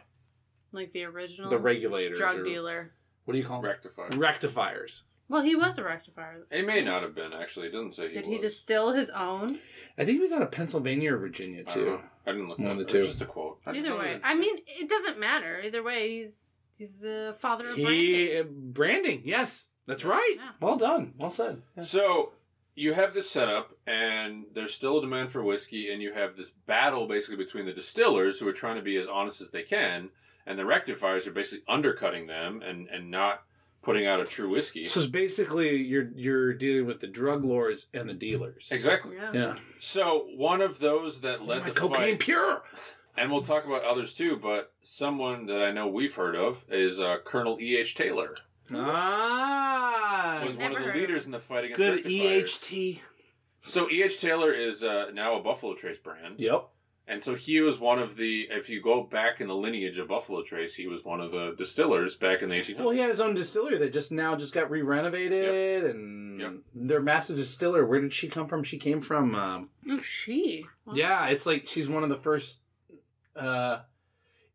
S4: Like the original
S2: the regulators.
S4: drug
S2: or-
S4: dealer.
S2: What do you call them?
S3: Rectifier.
S2: Rectifiers.
S4: Well, he was a rectifier.
S3: It may not have been actually. It doesn't say he
S4: Did
S3: was.
S4: he distill his own?
S2: I think he was out of Pennsylvania or Virginia
S3: I, don't
S2: too.
S3: know. I didn't look.
S2: One
S3: at
S2: of
S3: it.
S2: the two.
S3: Just a quote. I
S4: Either
S3: don't
S4: way,
S3: know.
S4: I mean, it doesn't matter. Either way, he's he's the father of
S2: He
S4: branding.
S2: uh, branding. Yes, that's right.
S4: Yeah.
S2: Well done. Well said. Yeah.
S3: So you have this setup, and there's still a demand for whiskey, and you have this battle basically between the distillers who are trying to be as honest as they can, and the rectifiers are basically undercutting them and and not putting out a true whiskey.
S2: So it's basically you're you're dealing with the drug lords and the dealers.
S3: Exactly.
S4: Yeah.
S2: Yeah.
S3: So one of those that led
S2: My
S3: the
S2: cocaine
S3: fight,
S2: pure.
S3: and we'll talk about others too, but someone that I know we've heard of is uh, Colonel E. H. Taylor.
S2: Ah.
S3: Was one of
S4: never
S3: the
S4: heard of
S3: leaders
S4: him.
S3: in the fight against
S2: Good E
S3: rectifiers.
S2: EHT.
S3: So E.H. Taylor is uh, now a Buffalo Trace brand,
S2: Yep.
S3: and so he was one of the. If you go back in the lineage of Buffalo Trace, he was one of the distillers back in the 1800s.
S2: Well, he had his own distillery that just now just got re-renovated, and
S3: Yep.
S2: their master distiller. Where did she come from? She came from. Um,
S4: Oh, she. Wow.
S2: Yeah, it's like she's one of the first. Uh,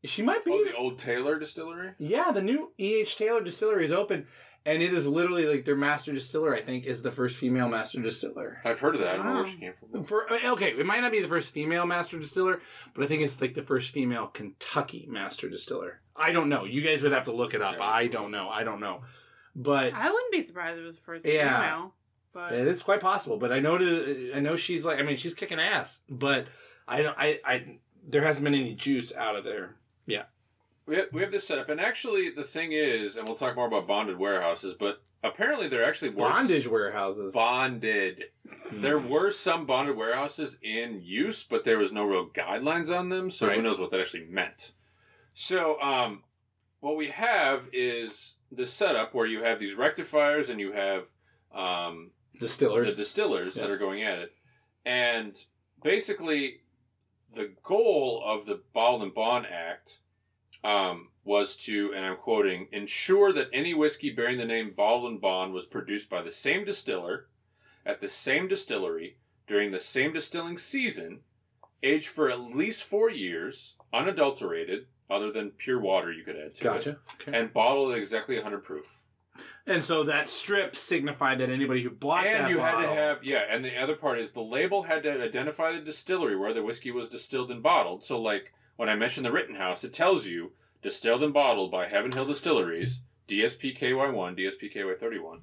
S2: she might be.
S3: oh, the old Taylor Distillery.
S2: Yeah, the new E.H. Taylor distillery is open, and it is literally like their master distiller, I think, is the first female master distiller.
S3: I've heard of that. I don't know where
S2: Ah.
S4: Wow.
S3: she came from.
S2: For, okay, it might not be the first female master distiller, but I think it's like the first female Kentucky master distiller. I don't know. You guys would have to look it up. I don't know. I don't know. But
S4: I wouldn't be surprised if it was the first
S2: Yeah.
S4: female. But
S2: And it's quite possible, but I know to, I know she's like I mean she's kicking ass, but I don't I, I there hasn't been any juice out of there.
S3: We have, we have this set up, and actually, the thing is, and we'll talk more about bonded warehouses, but apparently, there actually were
S2: Bondage warehouses.
S3: bonded. There were some bonded warehouses in use, but there was no real guidelines on them, so who
S2: Right.
S3: knows what that actually meant. So, um, what we have is the setup where you have these rectifiers and you have um,
S2: Distillers.
S3: the distillers that
S2: Yeah.
S3: are going at it, and basically, the goal of the Bottled and Bond Act um, was to, and I'm quoting, ensure that any whiskey bearing the name Bottled and Bond was produced by the same distiller at the same distillery during the same distilling season, aged for at least four years, unadulterated, other than pure water you could add to it,
S2: Gotcha. Okay.
S3: and bottled at exactly 100 proof.
S2: And so that strip signified that anybody who bought
S3: and
S2: that
S3: you
S2: bottle,
S3: had to have yeah and the other part is the label had to identify the distillery where the whiskey was distilled and bottled so like when i mentioned the rittenhouse it tells you distilled and bottled by heaven hill distilleries dspky1 dspky31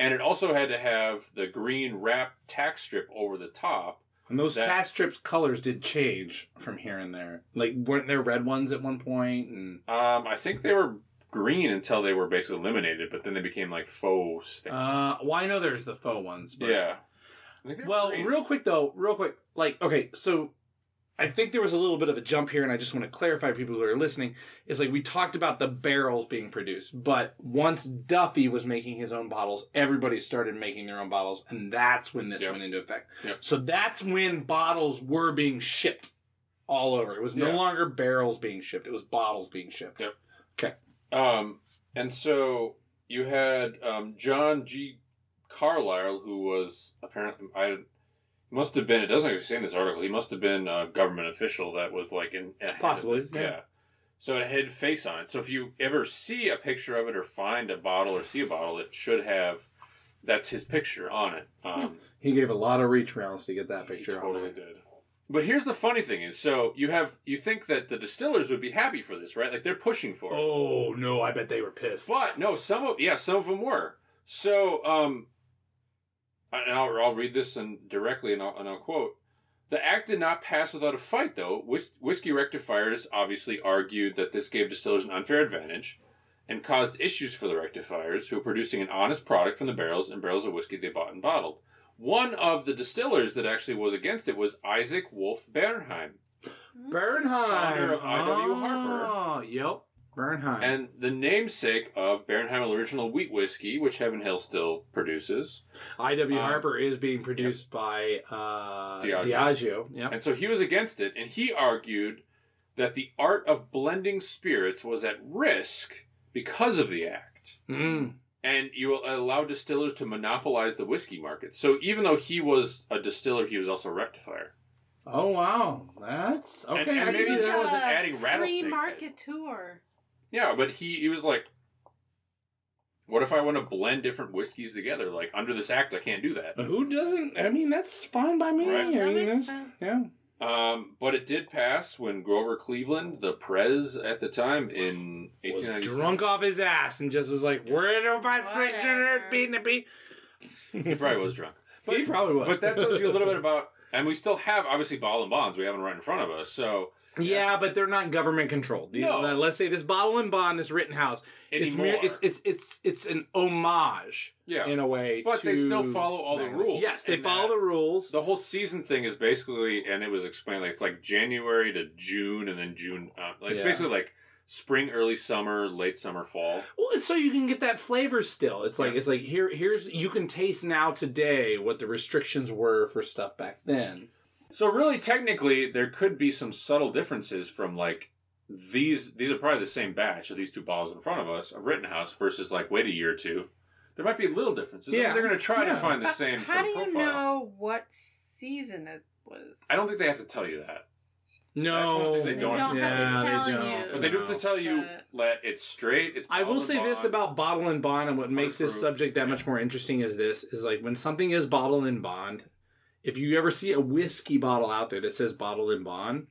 S3: and it also had to have the green wrap tack strip over the top
S2: and those
S3: that-
S2: tax strips colors did change from here and there. Like weren't there red ones at one point and
S3: um, i think they were green until they were basically eliminated but then they became like faux stamps.
S2: uh well I know there's the faux ones, but
S3: yeah I think they were
S2: Well,
S3: green.
S2: real quick though, real quick, like okay, so I think there was a little bit of a jump here, and I just want to clarify people who are listening. Is like we talked about the barrels being produced, but once Duffy was making his own bottles, everybody started making their own bottles, and that's when this
S3: Yep.
S2: went into effect.
S3: Yep.
S2: So that's when bottles were being shipped all over. It was no
S3: Yeah.
S2: longer barrels being shipped; it was bottles being shipped.
S3: Yep. Um, and so you had um, John G. Carlisle, who was apparently I must have been. It doesn't actually say in this article. He must have been a government official that was like in ahead of
S2: Possibly,
S3: this.
S2: yeah.
S3: So it had face on it. So if you ever see a picture of it or find a bottle or see a bottle, it should have that's his picture on it. Um,
S2: He gave a lot of reach rounds to get that picture.
S3: he
S2: on
S3: totally
S2: there.
S3: did. But here's the funny thing is, so you have you think that the distillers would be happy for this, right? Like they're pushing for it.
S2: Oh no! I bet they were pissed.
S3: But no, some of yeah, some of them were. So um, and I'll, I'll read this and directly and I'll, and I'll quote. The act did not pass without a fight, though. Whis- whiskey rectifiers obviously argued that this gave distillers an unfair advantage and caused issues for the rectifiers, who were producing an honest product from the barrels and barrels of whiskey they bought and bottled. One of the distillers that actually was against it was Isaac Wolf Bernheim.
S4: Hmm.
S2: Bernheim.
S3: Founder of IW
S2: Oh,
S3: Harper.
S2: Yep. Bernheim.
S3: and the namesake of Bernheim Original Wheat Whiskey, which Heaven Hill still produces.
S2: IW
S3: Um,
S2: Harper is being produced by uh,
S3: Diageo.
S2: Diageo. Yep.
S3: And so he was against it, and he argued that the art of blending spirits was at risk because of the act.
S2: Mm.
S3: And you allow distillers to monopolize the whiskey market. So even though he was a distiller, he was also a rectifier.
S2: Oh wow, that's okay.
S3: And- and
S2: I can
S3: maybe
S2: see
S3: that
S2: that.
S3: wasn't adding rattlesnake
S4: Free market tour.
S3: Yeah, but he, he was like, what if I want to blend different whiskeys together? Like, under this act, I can't do that.
S2: Who doesn't? I mean, that's fine by me.
S3: Right.
S2: I
S4: That
S2: mean,
S4: makes
S2: that's-
S4: sense.
S2: Yeah.
S3: Um, but it did pass when Grover Cleveland, the Prez at the time in
S2: was
S3: 1897,
S2: drunk off his ass and just was like, "We're in about six
S4: Whatever.
S2: hundred beating the beat."
S3: He probably was drunk.
S2: he probably was.
S3: But that tells you a little bit about, and we still have obviously bottle and bonds. We have them right in front of us. So
S2: yeah, but they're not government controlled. These- uh,
S3: No.
S2: Let's say this bottle and bond, this Rittenhouse. It's
S3: anymore,
S2: mere, it's it's it's it's an homage
S3: yeah.
S2: in a way.
S3: But they
S2: to-
S3: still follow all the rules.
S2: Yes, they
S3: and
S2: follow
S3: that-
S2: the rules.
S3: The whole season thing is basically, and it was explained like it's like January to June, and then June. Uh, like it's
S2: Yeah.
S3: basically like spring, early summer, late summer, fall.
S2: Well, it's so you can get that flavor still. It's like
S3: Yeah.
S2: it's like here here's you can taste now today what the restrictions were for stuff back then.
S3: So really, technically, there could be some subtle differences from like these. These are probably the same batch of these two bottles in front of us of Rittenhouse versus like wait a year or two. There might be little differences.
S2: Yeah.
S3: they're going to try to
S2: Yeah.
S3: find the
S4: But
S3: same. sort
S4: How
S3: of
S4: do you
S3: profile.
S4: know what season it was?
S3: I don't think they have to tell you that,
S2: No,
S3: That's one of the things they They don't
S4: don't have to tell you.
S3: but they do have to tell you
S4: But-
S3: that it's straight. It's
S2: I will
S3: bottled
S2: say
S3: and
S2: this
S3: bond.
S2: about bottle and bond, and what makes this
S3: Waterproof.
S2: subject that much more interesting is this is like when something is bottle and bond. If you ever see a whiskey bottle out there that says bottle and bond,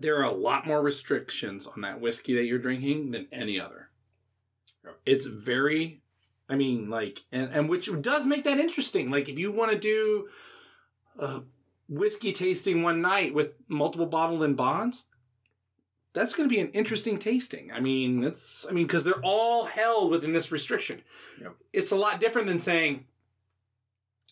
S2: there are a lot more restrictions on that whiskey that you're drinking than any other.
S3: Yeah.
S2: It's very, I mean, like, and, and which does make that interesting. Like, if you want to do a whiskey tasting one night with multiple bottle and bonds, that's going to be an interesting tasting. I mean, that's I mean because they're all held within this restriction.
S3: Yep.
S2: It's a lot different than saying,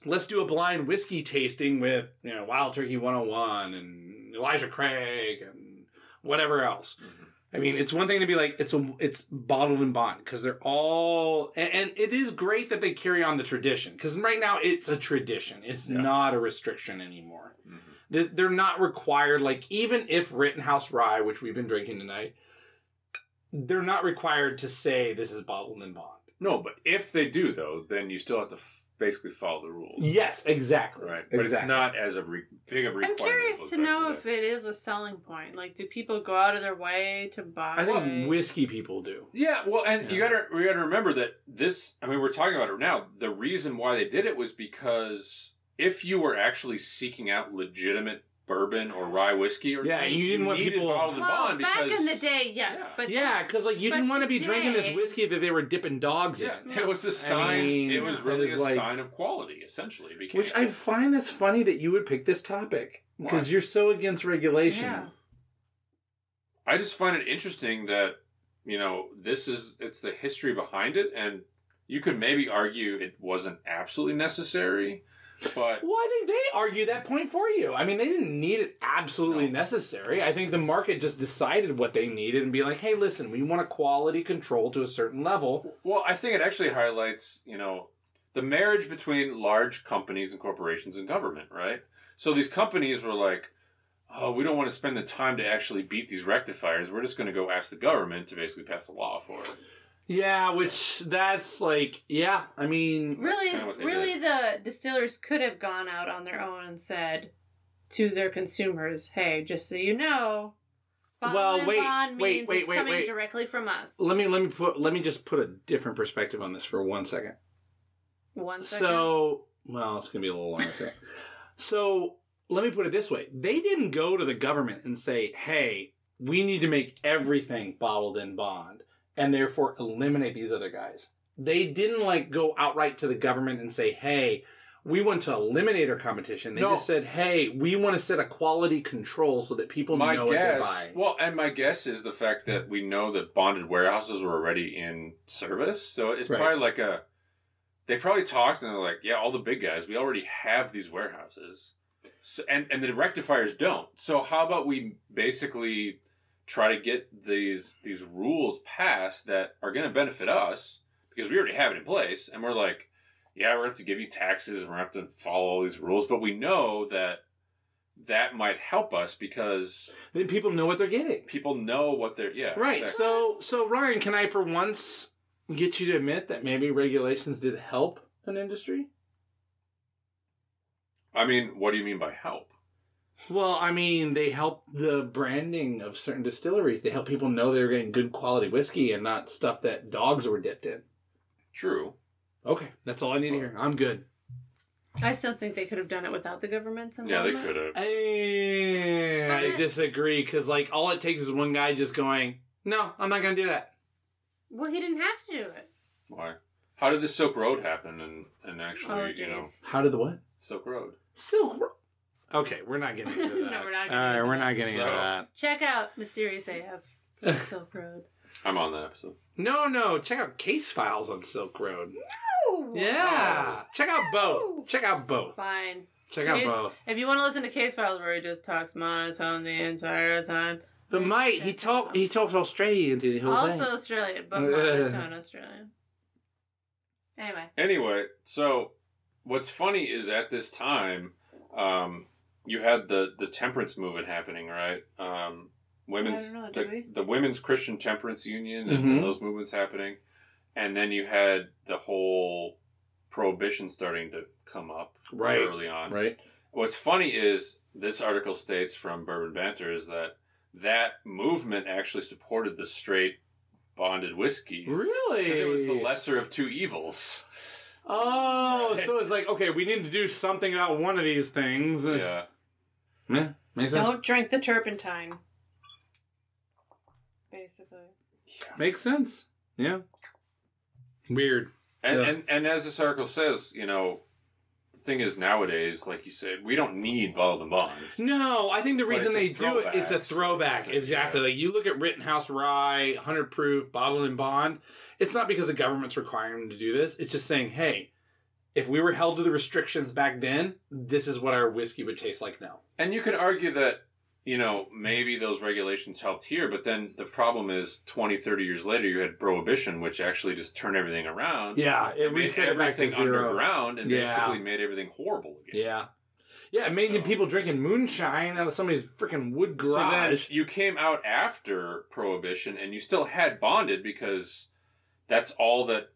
S2: let's do a blind whiskey tasting with you know Wild Turkey 101 and Elijah Craig and whatever else.
S3: Mhm.
S2: I mean, it's one thing to be like it's a it's bottled and bond because they're all and, and it is great that they carry on the tradition because right now it's a tradition. It's
S3: Yeah.
S2: not a restriction anymore
S3: Mhm.
S2: th- they're not required like even if rittenhouse rye which we've been drinking tonight they're not required to say this is bottled and bond
S3: No, but if they do though, then you still have to f- basically follow the rules,
S2: yes exactly
S3: right?
S2: exactly.
S3: But it's not as a re- big of a
S4: I'm
S3: requirement.
S4: curious
S3: as
S4: to
S3: back in
S4: know
S3: the
S4: if
S3: day.
S4: it is a selling point. Like, do people go out of their way to buy?
S2: i think whiskey people do
S3: Yeah, well, and you
S2: Yeah.
S3: gotta you gotta remember that this. I mean, we're talking about it now. The reason why they did it was because if you were actually seeking out legitimate bourbon or rye whiskey, or
S2: Yeah,
S3: something,
S2: and you didn't want
S3: needed
S2: people-
S3: bottled
S4: well,
S3: and bond
S4: back
S3: because
S4: in the day, yes,
S3: Yeah.
S4: but
S2: yeah because like you
S4: But
S2: didn't want to be
S4: today-
S2: drinking this whiskey that they were dipping dogs
S3: Yeah,
S2: in
S3: it was a sign.
S2: mean,
S3: it was really
S2: it is
S3: a
S2: like-
S3: sign of quality, essentially. it Became,
S2: which i find that's funny that you would pick this topic
S3: Why?
S2: because you're so against regulation
S4: Yeah.
S3: I just find it interesting that you know this is it's the history behind it, and you could maybe argue it wasn't absolutely necessary, but
S2: Well, I think they argue that point for you. I mean, they didn't need it absolutely necessary. I think the market just decided what they needed and be like, hey, listen, we want a quality control to a certain level.
S3: Well, I think it actually highlights, you know, the marriage between large companies and corporations and government, right? So these companies were like, oh, we don't want to spend the time to actually beat these rectifiers. We're just going to go ask the government to basically pass a law for it.
S2: Yeah, which that's like, yeah, I mean,
S4: really,
S3: kinda what they
S4: really, the distillers could have gone out on their own and said to their consumers, "Hey, just so you know, bottle
S2: Well,
S4: and
S2: wait,
S4: bond
S2: wait,
S4: means
S2: wait,
S4: it's
S2: wait,
S4: coming
S2: wait.
S4: directly from us."
S2: let me let me put let me just put a different perspective on this for one second.
S4: One second.
S2: So, well, it's going to be a little longer second. So, let me put it this way. They didn't go to the government and say, "Hey, we need to make everything bottled in bond and therefore eliminate these other guys." They didn't like go outright to the government and say, "Hey, we want to eliminate our competition." They
S3: No.
S2: just said, "Hey, we want to set a quality control so that people
S3: my
S2: know what they're
S3: guess,
S2: buying."
S3: well, and my guess is the fact that we know that bonded warehouses were already in service, so it's
S2: Right.
S3: probably like a. They probably talked and they're like, "Yeah, all the big guys, we already have these warehouses, so, and and the rectifiers don't. So how about we basically try to get these these rules passed that are going to benefit us because we already have it in place, and we're like, yeah, we're going to have to give you taxes, and we're going to have to follow all these rules, but we know that." That might help us because
S2: Then people know what they're getting.
S3: people know what they're yeah
S2: Right.
S3: exactly.
S2: So, so Ryan, can I for once get you to admit that maybe regulations did help an industry?
S3: i mean what do you mean by help
S2: Well, I mean, they help the branding of certain distilleries. They help people know they're getting good quality whiskey and not stuff that dogs were dipped in.
S3: true
S2: Okay, that's all I need to hear. I'm good.
S4: I still think they could have done it without the government's
S3: yeah
S4: involvement.
S3: they could have
S2: And I
S4: Eh.
S2: disagree because, like, all it takes is one guy just going, "No, I'm not going to do that."
S4: Well, he didn't have to do it.
S3: why how did the silk road happen and and actually
S4: Oh,
S3: you know
S4: jeez.
S2: How did the what?
S3: silk road
S2: Silk. Ro- Okay, we're not getting into
S4: No,
S2: that.
S4: we're
S2: All
S4: not getting
S2: right,
S4: into
S2: we're not getting into
S3: So-
S2: that.
S4: Check out Mysterious AF, from Silk Road.
S3: i'm on that episode
S2: No, no. Check out case files on Silk Road.
S4: Oh,
S2: Yeah. Check out
S4: No.
S2: both. Check out both.
S4: Oh, Fine.
S2: Check out
S4: Case-
S2: both.
S4: If you want to listen to Case Files where he just talks monotone the entire time.
S2: But mate, he talk he talks Australian to the whole
S4: also
S2: thing.
S4: Australian, but monotone Australian. Anyway.
S3: anyway so what's funny is at this time um you had the the temperance movement happening right um women's
S4: I don't know, did
S3: the, the women's christian temperance union and
S2: Mhm.
S3: those movements happening and then you had the whole prohibition starting to come up
S2: Right.
S3: early on
S2: Right.
S3: What's funny is this article states from Bourbon Banter is that that movement actually supported the straight bonded whiskey
S2: Really?
S3: because it was the lesser of two evils.
S2: Oh, so it's like okay, we need to do something about one of these things.
S3: yeah,
S2: Meh, makes sense.
S4: Don't drink the turpentine. Basically.
S2: Makes sense. Yeah. Weird.
S3: and
S2: Yeah.
S3: and and as this article says, you know, the thing is nowadays, like you said, we don't need bottled and bonds.
S2: No, I think the
S3: But
S2: reason
S3: it's a
S2: they do it, it's a
S3: throwback.
S2: throwback. Exactly. Like you look at Rittenhouse Rye, Hundred Proof, Bottled and Bond. It's not because the government's requiring them to do this. It's just saying, hey, if we were held to the restrictions back then, this is what our whiskey would taste like now.
S3: And you can argue that you know maybe those regulations helped here, but then the problem is 20, 30 years later, you had prohibition, which actually just turned everything around.
S2: Yeah, it
S3: made
S2: reset it back to
S3: everything
S2: zero.
S3: underground and
S2: Yeah.
S3: basically made everything horrible again.
S2: Yeah. Yeah, it made
S3: So-
S2: people drinking moonshine out of somebody's freaking wood
S3: So then
S2: garage.
S3: you came out after prohibition and you still had bonded because that's all that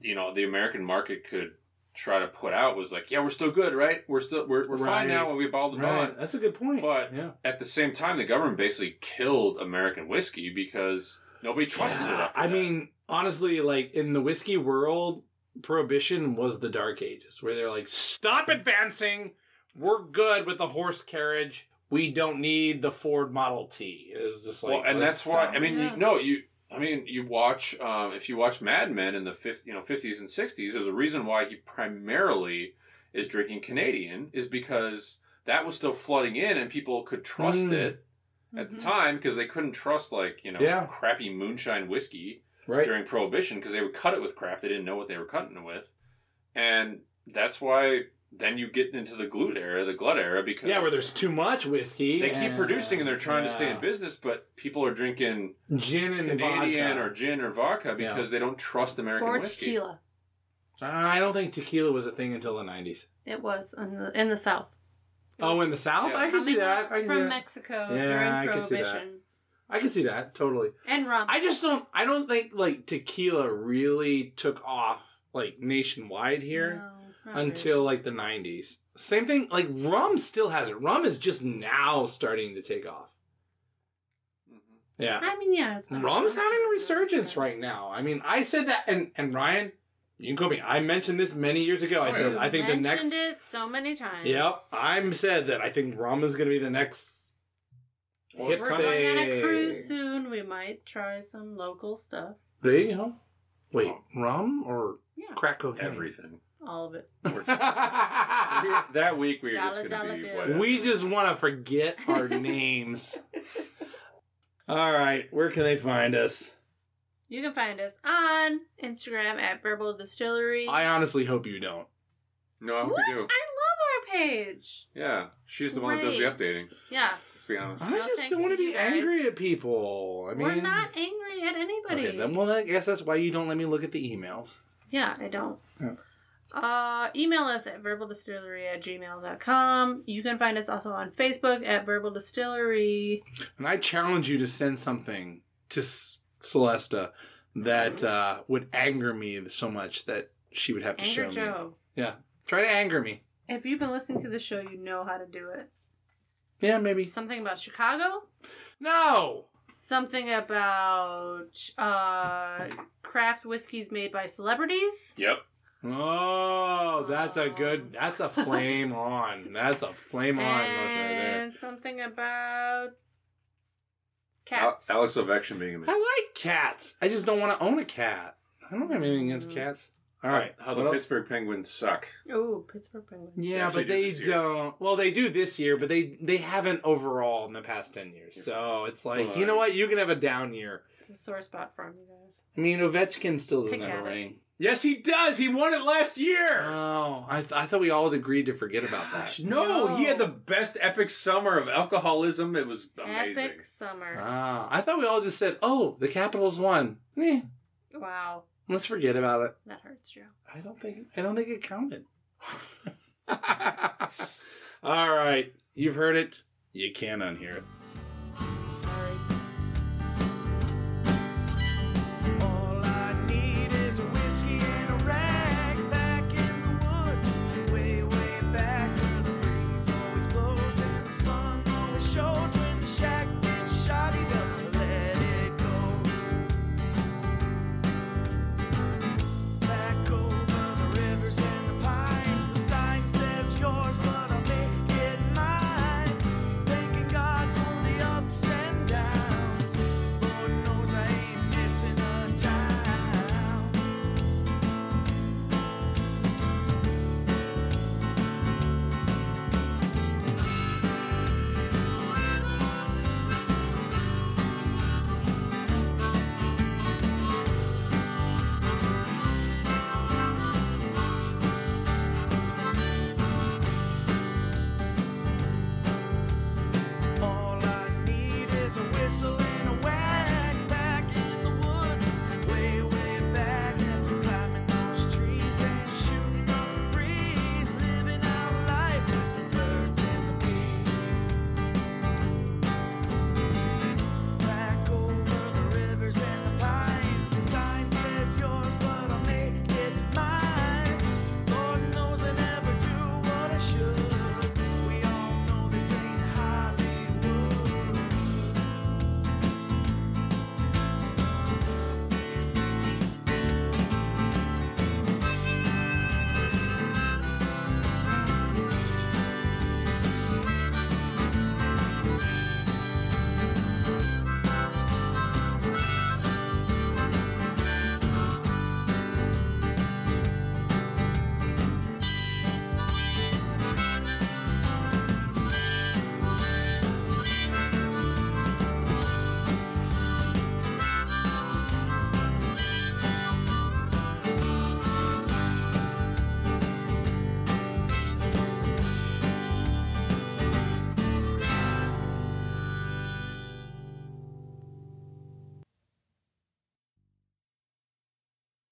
S3: you know the American market could try to put out was like, yeah, we're still good, right? We're still we're, we're
S2: Right.
S3: fine now when we bottled and bond.
S2: right. That's a good point.
S3: But-
S2: yeah.
S3: At the same time, the government basically killed American whiskey because nobody trusted it.
S2: Yeah,
S3: After
S2: I
S3: that.
S2: mean, honestly, like in the whiskey world, prohibition was the dark ages where they're like, stop advancing. We're good with the horse carriage. We don't need the Ford Model T. It's just like,
S3: well, and
S2: let's
S3: that's why
S2: stop.
S3: I mean,
S4: Yeah.
S3: you, no, you. I mean, you watch um, if you watch Mad Men in the 50, you know fifties and sixties. There's a reason why he primarily is drinking Canadian is because that was still flooding in and people could trust
S2: Mm.
S3: it at
S4: Mm-hmm.
S3: the time because they couldn't trust like you know
S2: Yeah.
S3: crappy moonshine whiskey
S2: right?
S3: during Prohibition because they would cut it with crap they didn't know what they were cutting it with, and that's why then you get into the glut era, the glut era because
S2: Yeah, where there's too much whiskey.
S3: they keep producing and they're trying to stay in
S2: yeah.
S3: business, but people are drinking
S2: Gin and
S3: Canadian
S2: vodka.
S3: or gin or vodka
S2: Yeah.
S3: because they don't trust American
S4: Or
S3: whiskey.
S4: tequila.
S2: I don't think tequila was a thing until the 90s.
S4: It was in the, in the South. It
S2: Oh,
S4: was
S2: in the South?
S3: Yeah.
S2: I can see
S4: coming
S2: that. I can see
S4: From
S2: that.
S4: Mexico
S2: Yeah, I
S4: during
S2: can see that.
S4: Prohibition.
S2: I can see that. Totally.
S4: And rum.
S2: I just don't. I don't think like tequila really took off like nationwide here
S4: No, not
S2: until like the '90s. Same thing. Like rum still has it. Rum is just now starting to take off. Yeah,
S3: Mm-hmm.
S4: really. I mean, yeah. It's been-
S2: rum's having a resurgence right now. I mean, I said that, and and Ryan, you can quote me. I mentioned this many years ago. I
S3: Oh,
S2: said
S3: yeah.
S2: I think the
S4: Mentioned
S2: next.
S4: it so many times.
S2: Yep, I'm said that I think rum is going to be the next.
S3: Well,
S2: hit
S4: We're going on
S2: thing.
S4: a cruise soon. We might try some local stuff.
S2: There you go.
S5: Wait,
S3: Oh.
S5: rum or
S4: Yeah.
S5: crack cocaine?
S3: Everything.
S4: All of it.
S3: We're- we're- that week we were
S4: Dollar,
S3: just
S4: dollar
S3: going to be
S4: bills.
S3: whatever.
S2: We just want to forget our names. All right, where can they find us?
S4: You can find us on Instagram at Verbal Distillery.
S2: I honestly hope you don't.
S3: No, I hope
S4: what?
S3: we
S4: I
S3: do.
S4: love our page.
S3: Yeah, she's the one that does the
S4: Great.
S3: updating.
S4: Yeah.
S3: Let's be honest.
S2: I
S4: No
S2: just
S4: thanks
S2: don't want to
S4: to
S2: be
S4: you guys.
S2: angry at people. I mean,
S4: We're not angry at anybody.
S2: Okay, then, well, I guess that's why you don't let me look at the emails.
S4: Yeah, I don't.
S2: Yeah.
S4: Uh, email us at verbaldistillery at gmail.com. You can find us also on Facebook at verbal distillery.
S2: And I challenge you to send something to S- Celesta that uh, would anger me so much that she would have to
S4: Anger
S2: show me.
S4: Joe.
S2: Try to anger me.
S4: If you've been listening to the show, you know how to do it.
S2: Yeah, maybe.
S4: Something about Chicago,
S2: No!
S4: something about uh, craft whiskeys made by celebrities.
S3: Yep.
S2: Oh, that's a
S4: Um.
S2: good. That's a flame on. That's a flame on. notion right there.
S4: and something about
S3: Al-
S4: cats.
S3: Alex Ovechkin being a man.
S2: I like cats. I just don't want to own a cat. I don't have anything against
S4: Mm.
S2: cats. All right.
S3: How the
S2: what else?
S3: Pittsburgh Penguins suck.
S4: Oh, Pittsburgh Penguins.
S2: Yeah,
S3: actually
S2: but
S3: do
S2: they
S3: this year.
S2: don't. Well, they do this year, but they they haven't overall in the past ten years. So it's like you know
S3: Fine.
S2: what? You can have a down year.
S4: It's a sore spot for you guys.
S2: I mean, Ovechkin still doesn't
S4: Pick
S2: have a
S4: at it.
S2: ring.
S3: Yes, he does. He won it last year.
S2: Oh, I, th- I thought we all agreed to forget about that.
S3: no,
S4: No.
S3: he had the best epic summer of alcoholism. It was amazing.
S4: Epic summer.
S2: Ah, I thought we all just said, "Oh, the Capitals won." Eh,
S4: Wow,
S2: let's forget about it.
S4: that hurts, Joe.
S2: I don't think I don't think it counted. all right, you've heard it. You can unhear it.